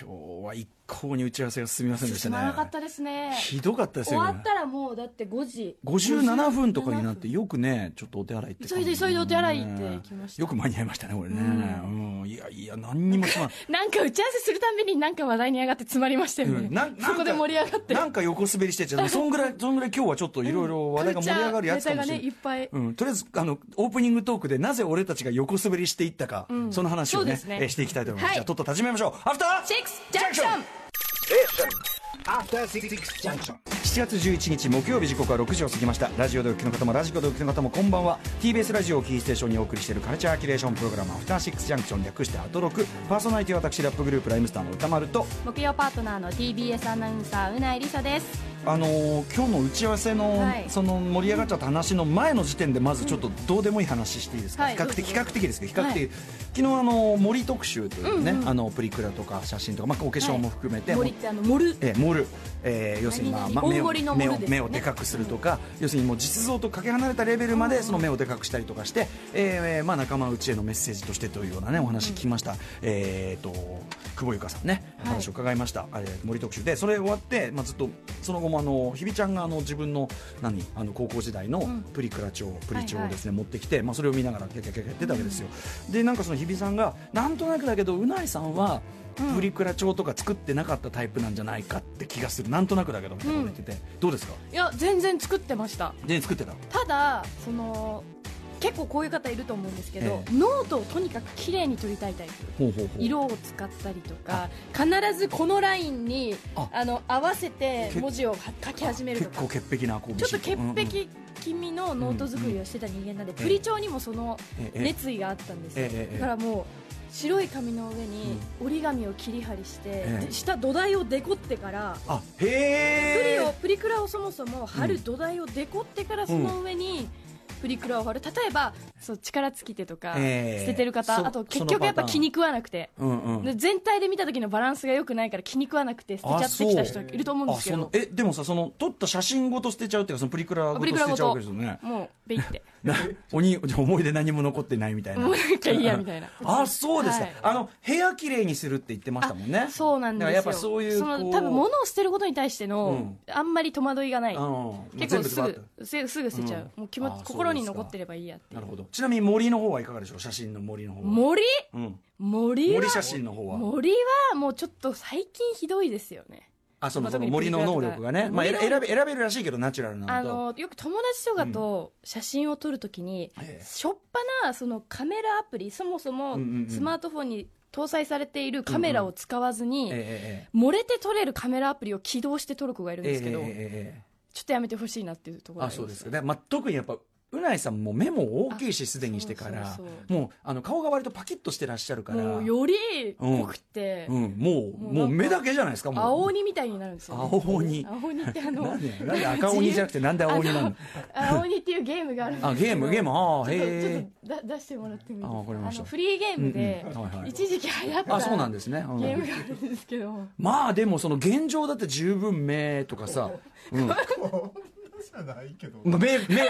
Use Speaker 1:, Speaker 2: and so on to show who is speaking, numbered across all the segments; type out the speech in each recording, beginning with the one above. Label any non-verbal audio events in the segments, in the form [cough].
Speaker 1: 今日は一向に打ち合わせが進みませんでした
Speaker 2: 進
Speaker 1: ね
Speaker 2: まなかったですね
Speaker 1: ひどかったです
Speaker 2: 終
Speaker 1: よ
Speaker 2: わったらもうだって5時
Speaker 1: 57分とかになってよくねちょっとお手洗いって
Speaker 2: 急いで急いでお手洗いって行きました
Speaker 1: よく間に合いましたねこれね、うんいやいや何にもすまん
Speaker 2: なんか打ち合わせするたんびになんか話題に上がって詰まりま [laughs] したよね、
Speaker 1: うんなんなんか
Speaker 2: そこで盛り上がって
Speaker 1: なんか横滑りしてっちゃうそんぐらいそんぐらい今日はちょっといろいろ話題が盛り上がるやつかもしれない
Speaker 2: カルチャーネタがねいっぱい
Speaker 1: うん、とりあえずあのオープニングトークでなぜ俺たちが横滑りしていったか、その話を
Speaker 2: そう
Speaker 1: ね
Speaker 2: ですね
Speaker 1: えーしていきたいと思います、
Speaker 2: はい
Speaker 1: じゃあとっとと始めましょうアフター
Speaker 2: シックスジャンクション
Speaker 3: After Six Junction.
Speaker 1: 7月11日木曜日時刻は6時を過ぎましたラジオでお聞きの方もラジコでお聞きの方もこんばんは TBS ラジオをキーステーションにお送りしているカルチャーキュレーションプログラム「アフターシックスジャンクション」略して「アトロク」パーソナリティは私ラップグループライムスターの歌丸と
Speaker 2: 木曜パートナーの TBS アナウンサーうないりさです
Speaker 1: あのー今日の打ち合わせの、
Speaker 2: はい
Speaker 1: その盛り上がっちゃった話の前の時点でまずちょっとどうでもいい話していいですか、
Speaker 2: はい
Speaker 1: 比較的
Speaker 2: どう
Speaker 1: 比
Speaker 2: ぞ
Speaker 1: 較的ですけど比較
Speaker 2: は
Speaker 1: 的、
Speaker 2: い
Speaker 1: 昨日あの森特集というね、あのプリクラとか写真とか、まあ、お化粧も含めて、
Speaker 2: 森ってあの盛る
Speaker 1: えー、盛る、えー要するに、まあ
Speaker 2: 何
Speaker 1: ま
Speaker 2: 々
Speaker 1: あ、目
Speaker 2: 大
Speaker 1: を
Speaker 2: 盛りの
Speaker 1: 目を
Speaker 2: 盛るですね
Speaker 1: 目をでかくするとか、要するにもう実像とかけ離れたレベルまでその目をでかくしたりとかして、えーまあ、仲間内へのメッセージとしてというような、ね、お話聞きました、えー、と久保由香さんね、お話を伺いましたあれ森特集でそれ終わって、まあ、ずっとその後もあの日比ちゃんがあの自分の何あの高校時代のプリクラ帳、プリ帳をですね、持ってきて、まあ、それを見ながらキャキャキャキャやってたわけですよ、でなんかその日比さんがなんとなくだけどうないさんはプリクラ帳とか作ってなかったタイプなんじゃないかって気がするなんとなくだけどみたいなこと言ってて、どうですか
Speaker 2: いや全然作ってました
Speaker 1: で作ってた
Speaker 2: ただその結構こういう方いると思うんですけど
Speaker 1: え、え
Speaker 2: ノートをとにかく綺麗に撮りたいタイプ
Speaker 1: ほうほうほう
Speaker 2: 色を使ったりとか必ずこのラインに
Speaker 1: あ
Speaker 2: あの合わせて
Speaker 1: け
Speaker 2: 文字をは書き始める
Speaker 1: 結
Speaker 2: とか
Speaker 1: 構潔癖な子
Speaker 2: ちょっと潔癖気味のノート作りをしてた人間なんで、プリ帳にもその
Speaker 1: ええ
Speaker 2: 熱意があったんですよ、
Speaker 1: ええええ
Speaker 2: だからもう白い紙の上に折り紙を切り貼りして、
Speaker 1: ええ
Speaker 2: で下土台をデコってから
Speaker 1: あ
Speaker 2: プリ
Speaker 1: へ
Speaker 2: を
Speaker 1: え
Speaker 2: プリクラをそもそも貼る土台をデコってからその上にプリクラを貼る例えばそう力尽きてとか
Speaker 1: ええ
Speaker 2: 捨ててる方、
Speaker 1: そ
Speaker 2: あと結
Speaker 1: そのパ
Speaker 2: 局
Speaker 1: ターン
Speaker 2: やっぱ気に食わなくて、
Speaker 1: うんうん
Speaker 2: で全体で見た時のバランスが良くないから気に食わなくて捨てちゃってきた人いると思うんですけ
Speaker 1: あ
Speaker 2: ど
Speaker 1: そのえでもさその撮った写真ごと捨てちゃうっていうかそのプリクラご
Speaker 2: プ
Speaker 1: と
Speaker 2: リク
Speaker 1: 捨
Speaker 2: ラ
Speaker 1: て
Speaker 2: ご
Speaker 1: ちゃうわ
Speaker 2: と
Speaker 1: けですよね
Speaker 2: もうベイって
Speaker 1: なおにじゃあ思い出何も残ってないみたいな
Speaker 2: もうなきゃいいやみたいな
Speaker 1: あそうですか、
Speaker 2: はい
Speaker 1: あの部屋きれいにするって言ってましたもんね
Speaker 2: そうなんですよ
Speaker 1: だからやっぱそういう
Speaker 2: そ
Speaker 1: こ
Speaker 2: の
Speaker 1: う
Speaker 2: 多分物を捨てることに対しての、あんまり戸惑いがない
Speaker 1: うん
Speaker 2: 結
Speaker 1: 全部バ
Speaker 2: 構
Speaker 1: ッ
Speaker 2: す
Speaker 1: と
Speaker 2: ぐすすぐ捨てちゃう、
Speaker 1: うん
Speaker 2: もう気持ち
Speaker 1: あそうですか
Speaker 2: 心に残ってればいいやってい
Speaker 1: な
Speaker 2: う
Speaker 1: るほどちなみに森の方はいかがでしょう写真の森の方は
Speaker 2: 森
Speaker 1: うん、
Speaker 2: 森は
Speaker 1: 森写真の方は
Speaker 2: 森はもうちょっと最近ひどいですよね
Speaker 1: あその
Speaker 2: まあ
Speaker 1: その森の能力がね、まあ、
Speaker 2: 森
Speaker 1: 選
Speaker 2: の
Speaker 1: べ選べるらしいけどナチュラルな
Speaker 2: あ
Speaker 1: と
Speaker 2: のよく友達とかと写真を撮るときに、
Speaker 1: ええ
Speaker 2: しょっぱなそのカメラアプリそもそも
Speaker 1: うんうんうん
Speaker 2: スマートフォンに搭載されているカメラを使わずに、
Speaker 1: えええ
Speaker 2: 漏れて撮れるカメラアプリを起動して撮る子がいるん
Speaker 1: えええ
Speaker 2: ですけど、
Speaker 1: ええええ
Speaker 2: ちょっとやめてほしいなっていうところ
Speaker 1: あ
Speaker 2: がり
Speaker 1: そう
Speaker 2: ま
Speaker 1: ですかで、まあ、特にやっぱうないさんも目も大きいしすでにしてから
Speaker 2: そうそう
Speaker 1: もうあの顔が割とパキッとしてらっしゃるから
Speaker 2: もうより濃くて、
Speaker 1: うん、もう
Speaker 2: も
Speaker 1: もう
Speaker 2: うなんか
Speaker 1: 目だけじゃないですかもう
Speaker 2: 青鬼みたいになるんですよ、
Speaker 1: 青鬼
Speaker 2: 青鬼ってあの
Speaker 1: なんでなんで赤鬼じゃなくてなんで青鬼なの
Speaker 2: 青鬼っていうゲームがあるんですけど
Speaker 1: あゲームゲームああ
Speaker 2: ちょっとちょ
Speaker 1: へ
Speaker 2: っとだ出してもらってもいいです
Speaker 1: あわかりました
Speaker 2: のフリーゲームで
Speaker 1: うんうんはいはい
Speaker 2: 一時期流行っ
Speaker 1: え
Speaker 2: た
Speaker 1: あそうなんですね、うん
Speaker 2: ゲームがあるんですけど、
Speaker 1: まあでもその現状だって十分目とかさ、うん、目目目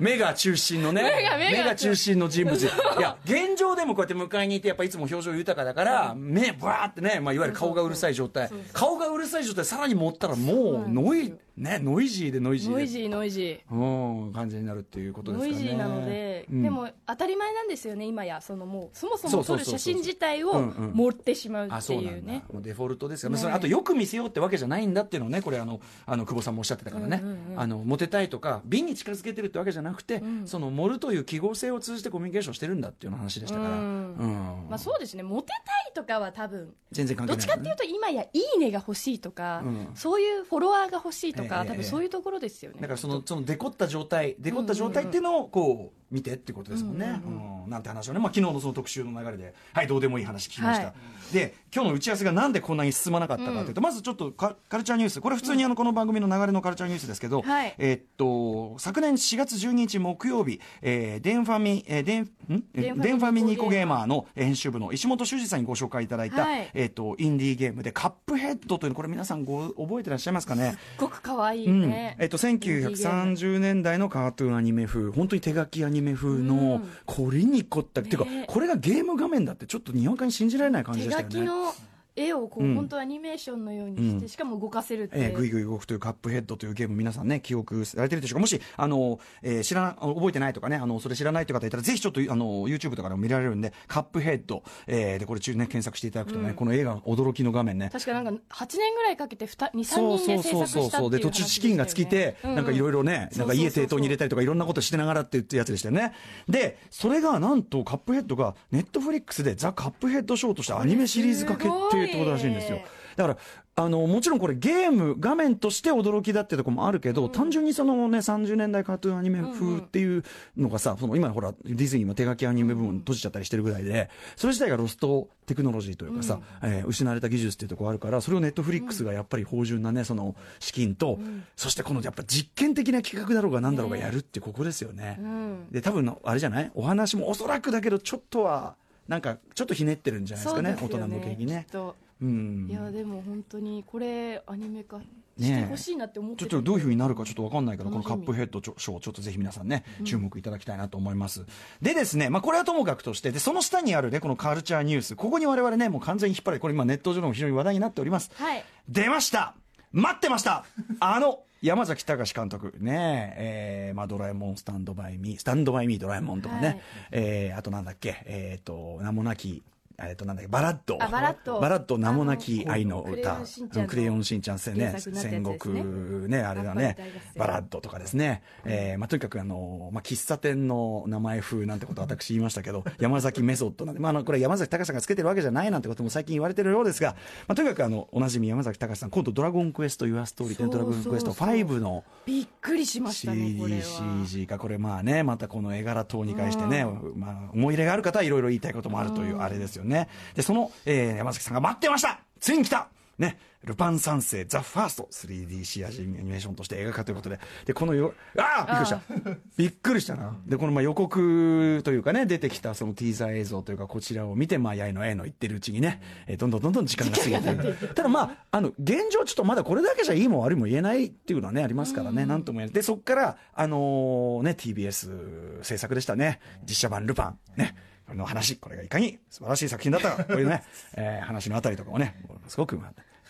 Speaker 1: 目が中心のね
Speaker 2: 目が目が
Speaker 1: 中心の人物いや現状でもこうやって迎えに行ってやっぱいつも表情豊かだから目ブワーってね、まあ、いわゆる顔がうるさい状態顔がうるさい状態さらに持ったらもうノイねノイジーでノイジーで
Speaker 2: ノイジーノイジ
Speaker 1: うん感じになるっていうことで
Speaker 2: ー
Speaker 1: すか
Speaker 2: ノ
Speaker 1: ね
Speaker 2: イジーなので、
Speaker 1: うん
Speaker 2: でも当たり前なんですよね今やそのもうそもそ
Speaker 1: そう
Speaker 2: も
Speaker 1: そうそ
Speaker 2: 撮
Speaker 1: う
Speaker 2: る
Speaker 1: そう
Speaker 2: 写真自体を
Speaker 1: うんうん
Speaker 2: 持ってしまう
Speaker 1: あ
Speaker 2: って
Speaker 1: そう
Speaker 2: い
Speaker 1: な
Speaker 2: うん
Speaker 1: だ
Speaker 2: ね
Speaker 1: もうデフォルトですが、まあそれあとよく見せようってわけじゃないんだっていうのをねこれあのあの久保さんもおっしゃってたからね、あのモテたいとか美に近づけてるってわけじゃなくて、その盛るという記号性を通じてコミュニケーションしてるんだっていうような話でしたから、
Speaker 2: うん
Speaker 1: うん
Speaker 2: まあそうですねモテたいとかは多分
Speaker 1: 全然関
Speaker 2: ど
Speaker 1: 係な
Speaker 2: っ
Speaker 1: い
Speaker 2: ち
Speaker 1: か
Speaker 2: からっ
Speaker 1: ね、
Speaker 2: ていうと今や「いいね」が欲しいとか、
Speaker 1: うん
Speaker 2: そういうフォロワーが欲しいとか、
Speaker 1: ええ
Speaker 2: 多分そういうところですよね
Speaker 1: だからそのそのデコった状態デコった状態っていうのをこう見てってことですもんね、うんなんて話をね、まあ、昨日のその特集の流れではいどうでもいい話聞きました、
Speaker 2: は
Speaker 1: で今日の打ち合わせがなんでこんなに進まなかったかというと、まずちょっとカカルチャーニュースこれ普通にあのこの番組の流れのカルチャーニュースですけど、
Speaker 2: はい
Speaker 1: えーっと昨年4月12日木曜日、えーデンファミ、えーデンんえ
Speaker 2: デンファミ
Speaker 1: デンファミニコゲーマーの編集部の石本修二さんにご紹介いただいた、
Speaker 2: はい
Speaker 1: えーっとインディーゲームでカップヘッドというのこれ皆さんご覚えてらっしゃいますかね
Speaker 2: すごく可愛い
Speaker 1: うん
Speaker 2: ね、
Speaker 1: えっと、1930年代のカートゥーンアニメ風本当に手書きアニメ風の凝りに凝った、っていうか
Speaker 2: ね
Speaker 1: これがゲーム画面だってちょっとにわかに信じられない感じで
Speaker 2: 手
Speaker 1: した
Speaker 2: 書
Speaker 1: よね
Speaker 2: きの絵をこ
Speaker 1: う
Speaker 2: うん本当アニメーションのようにして、しかも動かせるって、
Speaker 1: えー、グイグイ動くというカップヘッドというゲーム皆さんね記憶されてるでしょうかもしあの、えー知ら覚えてないとかねあのそれ知らないという方いたらぜひちょっとあの YouTube とかでも見られるんでカップヘッド、えーでこれ中ね検索していただくとね、この映画の驚きの画面ね
Speaker 2: 確かなんか8年ぐらいかけて23人
Speaker 1: そうそ
Speaker 2: で
Speaker 1: う
Speaker 2: 制
Speaker 1: そう
Speaker 2: 作
Speaker 1: そう
Speaker 2: した
Speaker 1: そ
Speaker 2: っ
Speaker 1: う
Speaker 2: て
Speaker 1: で
Speaker 2: いう話
Speaker 1: 途中資金が尽きて、なんかいろいろねなんか家抵当に入れたりとかいろんなことしてながらってってやつでしたよねでそれがなんとカップヘッドがネットフリックスでザ・カップヘッドショーとしてアニメシリーズ化決定ってことらしいんですよ
Speaker 2: すごい
Speaker 1: だからあのもちろんこれゲーム画面として驚きだってとこもあるけど、単純にそのね30年代カートゥーンアニメ風っていうのがさ、その今ほらディズニーも手書きアニメ部門閉じちゃったりしてるぐらいでそれ自体がロストテクノロジーというかさ、えー失われた技術っていうとこあるからそれをネットフリックスがやっぱり芳醇なねその資金と、そしてこのやっぱ実験的な企画だろうが何だろうがやるってここですよね。
Speaker 2: うん
Speaker 1: で多分あれじゃないお話もおそらくだけどちょっとはなんかちょっとひねってるんじゃないです
Speaker 2: そ
Speaker 1: か
Speaker 2: う
Speaker 1: ね
Speaker 2: ですよ
Speaker 1: 大人向けにね
Speaker 2: きっ。と
Speaker 1: うん
Speaker 2: いやでも本当にこれアニメ化し
Speaker 1: ねえ
Speaker 2: てほしいなって思っ
Speaker 1: ち
Speaker 2: て
Speaker 1: ょったとどういうふうになるかちょっとわかんないから、この
Speaker 2: 楽し
Speaker 1: カ
Speaker 2: み
Speaker 1: ップヘッドちょショー、ちょっとぜひ皆さんね、注目いただきたいなと思います。でですね、まあこれはともかくとして、で、その下にあるね、このカルチャーニュース、ここに我々ね、もう完全に引っ張られ、これ今ネット上でも非常に話題になっております。
Speaker 2: はい
Speaker 1: 出ました待ってましたあの、山崎隆監督、ねえ、えーまあドラえもんスタンドバイミー、スタンドバイミードラえもんとかね、
Speaker 2: はい
Speaker 1: えーあとなんだっけ、えっ、と、名もなき、えっとなんだっけバラッド
Speaker 2: あバラッド
Speaker 1: バラッド名もなき愛の
Speaker 2: あ
Speaker 1: 歌
Speaker 2: の
Speaker 1: うんク
Speaker 2: ク
Speaker 1: レ
Speaker 2: レ
Speaker 1: ヨ
Speaker 2: ヨ
Speaker 1: ン
Speaker 2: ン
Speaker 1: し
Speaker 2: し
Speaker 1: ん
Speaker 2: ん
Speaker 1: ち
Speaker 2: ち
Speaker 1: ゃ
Speaker 2: ゃ
Speaker 1: ん
Speaker 2: ん
Speaker 1: 戦ね
Speaker 2: 原作になったや
Speaker 1: 戦
Speaker 2: つですね
Speaker 1: 国ねあれだね
Speaker 2: やっぱり大合戦
Speaker 1: バラッドとかですね、えーまあ、とにかくあの、まあ、喫茶店の名前風なんてこと私言いましたけど [laughs] 山崎メソッドなんで、まあ、あのこれ山崎隆さんがつけてるわけじゃないなんてことも最近言われてるようですが、まあ、とにかくあのおなじみ山崎隆さん今度「ドラゴンクエスト・ユア・ストーリー」というドラゴンクエスト5の
Speaker 2: びっくりしましたねこれは
Speaker 1: CDCG かこれまあねまたこの絵柄等に関してね、まあ、思い入れがある方はいろいろ言いたいこともあるというあれですよね、でその、えー山崎さんが待ってましたついに来たね、ルパン三世ザ・ファースト 3DC アジアニメーションとして映画化ということででこのよああびっくりしたびっくりしたなでこのまあ予告というかね出てきたそのティーザー映像というかこちらを見てまあやいのえいの言ってるうちにね、えーどんどんどんどん時間が過ぎていくただまああの現状ちょっとまだこれだけじゃいいも悪いも言えないっていうのはねありますからね、なんとも言えないでそこからあのーね TBS 制作でしたね実写版「ルパン」ねこの話これがいかに素晴らしい作品だったかこういう [laughs] ね、えー話のあたりとかもねもうすごく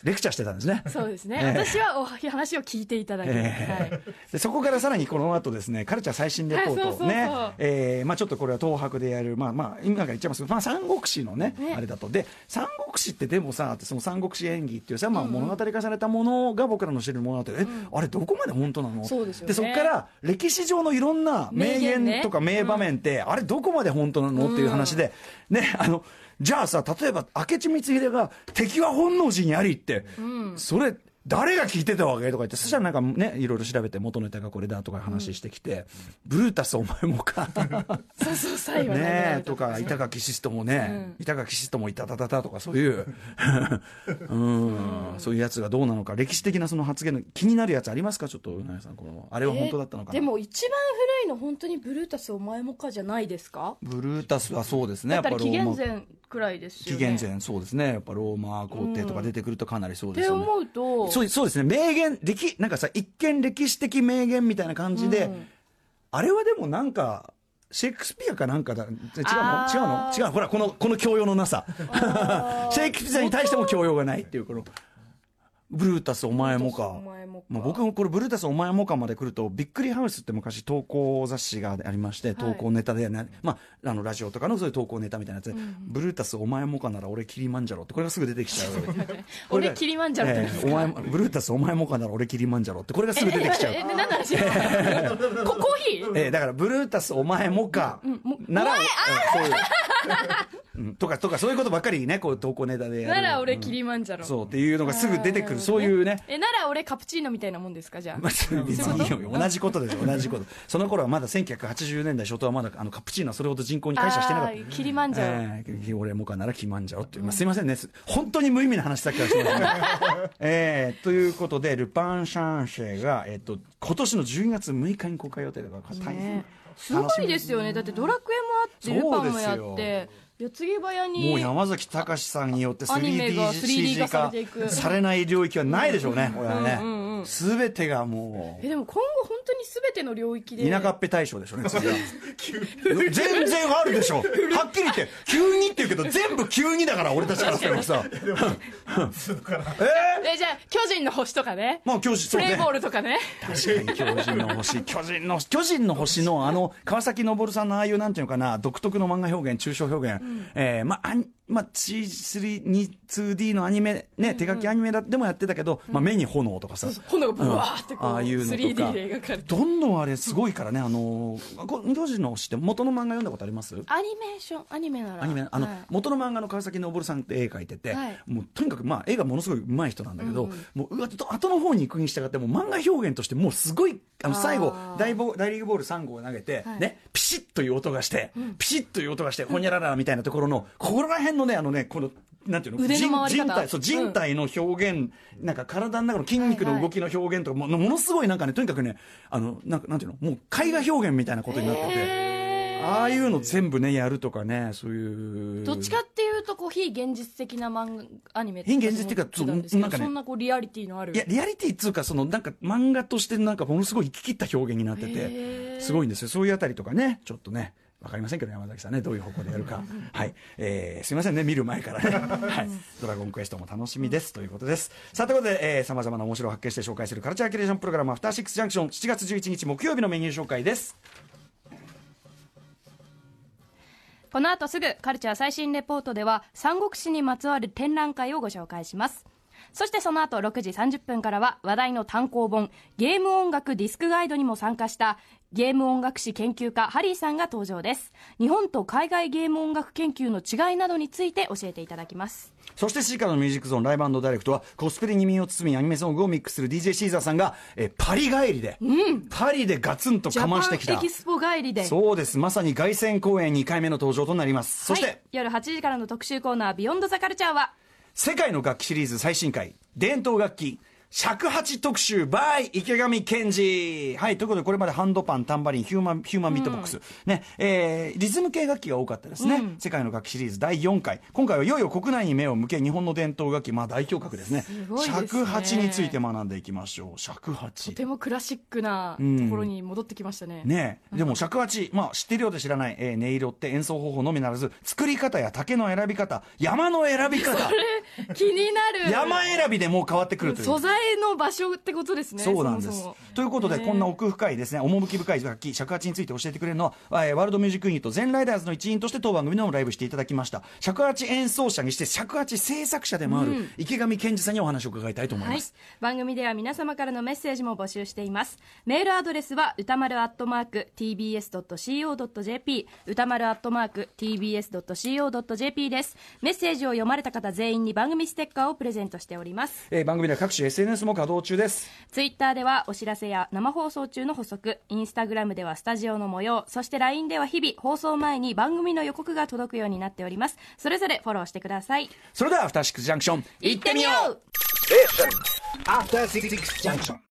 Speaker 1: レクチャーしてたんですね
Speaker 2: そうですね、
Speaker 1: ええ
Speaker 2: 私はお話を聞いていただき、
Speaker 1: え
Speaker 2: はい
Speaker 1: えでそこからさらにこの後ですねカルチャー最新レポートをね
Speaker 2: はいそうそうそう
Speaker 1: ええまあちょっとこれは東博でやるまあまあ今から言っちゃいますけど、まあ、三国志のね
Speaker 2: ね
Speaker 1: あれだとで三国志ってでもさその三国志演技っていうさ、まあ、物語化されたものが僕らの知るものだって、えあれどこまで本当なの
Speaker 2: そうですよね
Speaker 1: そこから歴史上のいろんな名
Speaker 2: 名言
Speaker 1: 言
Speaker 2: ね
Speaker 1: とか名場面って、あれどこまで本当なのっていう話で、ねあのじゃあさ例えば明智光秀が「敵は本能寺にあり」って、それ誰が聞いてたわけとか言ってそしたらなんかねいろいろ調べて元ネタがこれだとか話してきて「ブルータスお前もか」
Speaker 2: そうそう [laughs] 最後の
Speaker 1: ねえとか板垣シストもね、板垣シストもいたたたたとかそういう [laughs] うんそういうやつがどうなのか歴史的なその発言の気になるやつありますかちょっとうなぎさんこのあれは本当だったのかな、
Speaker 2: でも一番古いの本当にブルータスお前もかじゃないですか
Speaker 1: ブルータスはそうですね
Speaker 2: だ
Speaker 1: や
Speaker 2: っ
Speaker 1: っぱ
Speaker 2: たら
Speaker 1: ロ
Speaker 2: 紀
Speaker 1: ー
Speaker 2: 元
Speaker 1: マ
Speaker 2: 前くらいです
Speaker 1: 紀
Speaker 2: よね
Speaker 1: 元前そうですねやっぱローマ皇帝とか出てくるとかなりそう
Speaker 2: っ
Speaker 1: です
Speaker 2: て
Speaker 1: よね、
Speaker 2: 思うと
Speaker 1: そうそうですね名言歴なんかさ一見歴史的名言みたいな感じで、
Speaker 2: うん
Speaker 1: あれはでもなんかシェイクスピアかなんかだ違うの
Speaker 2: あ
Speaker 1: 違うの
Speaker 2: ー
Speaker 1: 違うのほらこのこの教養のなさ [laughs] シェイクスピアに対しても教養がないっていうこのブルータスお前もか
Speaker 2: お前もか
Speaker 1: まあ、僕もこれブルータスお前もかまで来るとびっくりハウスって昔投稿雑誌がありまして投稿ネタで、ねまあ、あのラジオとかのそういう投稿ネタみたいなやつで、ブルータスお前もかなら俺キリマンジャロってこれがすぐ出てき [laughs] ちゃうこれが
Speaker 2: 俺キリマンジャロってなんですか
Speaker 1: ええお前もブルータスお前もかなら俺キリマンジャロってこれがすぐ出てきちゃう
Speaker 2: [laughs] ええ何の話こコーヒー
Speaker 1: [laughs] えーだからブルータスお前もか、なら、うんそう [laughs] いう、うんとかとかそういうことばっかりねこう投稿ネタでやる
Speaker 2: なら俺キリマンジャロ、
Speaker 1: そうっていうのがすぐ出てくるそういうね
Speaker 2: えなら俺カプチーノみたいなもんですかじゃあ
Speaker 1: まあ別にいいよ同じことですよ同じことその頃はまだ1980年代初頭はまだあのカプチーノはそれほど人口に感謝してなかった
Speaker 2: あーキリマンジャロ、
Speaker 1: えー俺もかなら決まんじゃおっていう、まあ、すいませんね、す本当に無意味な話さっきからして
Speaker 2: [laughs]
Speaker 1: ますねえーということで、ルパン・シャンシェが、えっと今年の12月6日に公開予定だから、大変
Speaker 2: ねすごいですよねだってドラクエもあってルパン
Speaker 1: そ
Speaker 2: もや
Speaker 1: う
Speaker 2: っ
Speaker 1: で
Speaker 2: て四つ木早に
Speaker 1: もう山崎隆さんによって
Speaker 2: アニメが 3D 化
Speaker 1: 3DCG
Speaker 2: さ
Speaker 1: 化
Speaker 2: れていく
Speaker 1: されない領域はないでしょうね、これはね。
Speaker 2: うんうんうん
Speaker 1: 全てがも
Speaker 2: えでも今後本当に全ての領域
Speaker 1: う
Speaker 2: で
Speaker 1: 田舎っぺ大賞でしょうね次は全然あるでしょはっきり言って急にって言うけど全部急にだから俺たちからすればさ
Speaker 2: えじゃあ巨人の星とかね
Speaker 1: まあ教師
Speaker 2: プ
Speaker 1: そう
Speaker 2: レイ
Speaker 1: ね
Speaker 2: ボールとかね
Speaker 1: 確かに巨人の星巨人の巨人の星のあの川崎昇さんのああいうなんていうのかな独特の漫画表現抽象表現、えーまあアニまあ C32D のアニメね、手書きアニメだでもやってたけど、まあ、目に炎とかさ、
Speaker 2: 炎がブワーってこう、
Speaker 1: ああいうのとか
Speaker 2: 3D で描かれて
Speaker 1: どんどんあれすごいからねあのこ巨人の星って元の漫画読んだことあります
Speaker 2: アニメーションアニメなら
Speaker 1: アニメあの、
Speaker 2: はい
Speaker 1: 元の漫画の川崎昇さんって絵描いてて、
Speaker 2: はい
Speaker 1: もうとにかく、まあ、絵がものすごい上手い人なんだけど、
Speaker 2: うんうん
Speaker 1: もううわと後の方に行くに従ってもう漫画表現としてもうすごいあの
Speaker 2: あー
Speaker 1: 最後大ボ大リーグボール3号を投げて、
Speaker 2: はい
Speaker 1: ね、ピシッという音がして、ピシッという音がしてほにゃららみたいなところのここら辺のねあのねこのなんていうの
Speaker 2: 腕の回り
Speaker 1: 人
Speaker 2: 方
Speaker 1: 人体そう
Speaker 2: うん
Speaker 1: 人体の表現、なんか体の中の筋肉の動きの表現とかも,、ものすごいなんかねとにかくねあのなんかなんていうのもう絵画表現みたいなことになってて。
Speaker 2: へー
Speaker 1: ああいうの全部ねやるとかねそういう
Speaker 2: どっちかっていうとこう非現実的な漫画アニメ
Speaker 1: 非現実っていうか
Speaker 2: そうなんですけ
Speaker 1: なん
Speaker 2: ど
Speaker 1: かね
Speaker 2: そんなこうリアリティのある
Speaker 1: いやリアリティっつうかそのなんか漫画としてなんかものすごい生き切った表現になって
Speaker 2: へ
Speaker 1: て
Speaker 2: ー
Speaker 1: すごいんですよそういうあたりとかねちょっとねわかりませんけど山崎さんねどういう方向でやるかはい、えーすいませんね見る前からね、
Speaker 2: [laughs]
Speaker 1: はい、ドラゴンクエストも楽しみですということですさあということでさまざまな面白を発見して紹介するカルチャーキュレーションプログラム「アフターシックスジャンクション」7月11日木曜日のメニュー紹介です
Speaker 2: この後すぐカルチャー最新レポートでは三国志にまつわる展覧会をご紹介しますそしてその後6時30分からは話題の単行本ゲーム音楽ディスクガイドにも参加したゲーム音楽史研究家ハリーさんが登場です日本と海外ゲーム音楽研究の違いなどについて教えていただきます
Speaker 1: そして C からのミュージックゾーンライブダイレクトはコスプレに身を包みアニメソングをミックスする DJ シーザーさんが、えーパリ帰りで、パリでガツンと
Speaker 2: ジ
Speaker 1: か
Speaker 2: ャパ
Speaker 1: ま
Speaker 2: ン
Speaker 1: してきた
Speaker 2: エキスポ帰りで
Speaker 1: そうですまさに凱旋公演2回目の登場となりますそして、
Speaker 2: はい、夜8時からの特集コーナー「ビヨンドザカルチャーは
Speaker 1: 世界の楽器シリーズ最新回伝統楽器尺八特集 by 池上健二はいということでこれまでハンドパンタンバリンヒューマンヒューマンビートボックス、ねえーリズム系楽器が多かったですね、世界の楽器シリーズ第4回今回はいよいよ国内に目を向け日本の伝統楽器、まあ、代表格ですね
Speaker 2: ごいですね
Speaker 1: 尺八について学んでいきましょう尺八
Speaker 2: とてもクラシックなところに戻ってきましたね,、
Speaker 1: ねえでも尺八、まあ、知ってるようで知らない、えー音色って演奏方法のみならず作り方や竹の選び方山の選び方
Speaker 2: 気になる
Speaker 1: 山選びでもう変わってくるという
Speaker 2: 素材の場所ってことですね
Speaker 1: そうなんです
Speaker 2: も
Speaker 1: ということで、こんな奥深いですね趣深い楽器尺八について教えてくれるのは、えーワールドミュージックユニット全ライダーズの一員として当番組でもライブしていただきました尺八演奏者にして尺八制作者でもある池上健二さんにお話を伺いたいと思い
Speaker 2: は
Speaker 1: ま
Speaker 2: い
Speaker 1: す、、
Speaker 2: 番組では皆様からのメッセージも募集していますメールアドレスは歌丸アットマーク tbs.co.jp 歌丸アットマーク tbs.co.jp ですメッセージを読まれた方全員に番組ステッカーをプレゼントしております
Speaker 1: えー番組では各種 SNS も稼働中です
Speaker 2: ツイッターではお知らせや生放送中の補足インスタグラムではスタジオの模様そして LINE では日々放送前に番組の予告が届くようになっておりますそれぞれフォローしてください
Speaker 1: それでは「アフターシックスジャンクション」
Speaker 2: 行ってみよう
Speaker 3: Station. After Six Junction.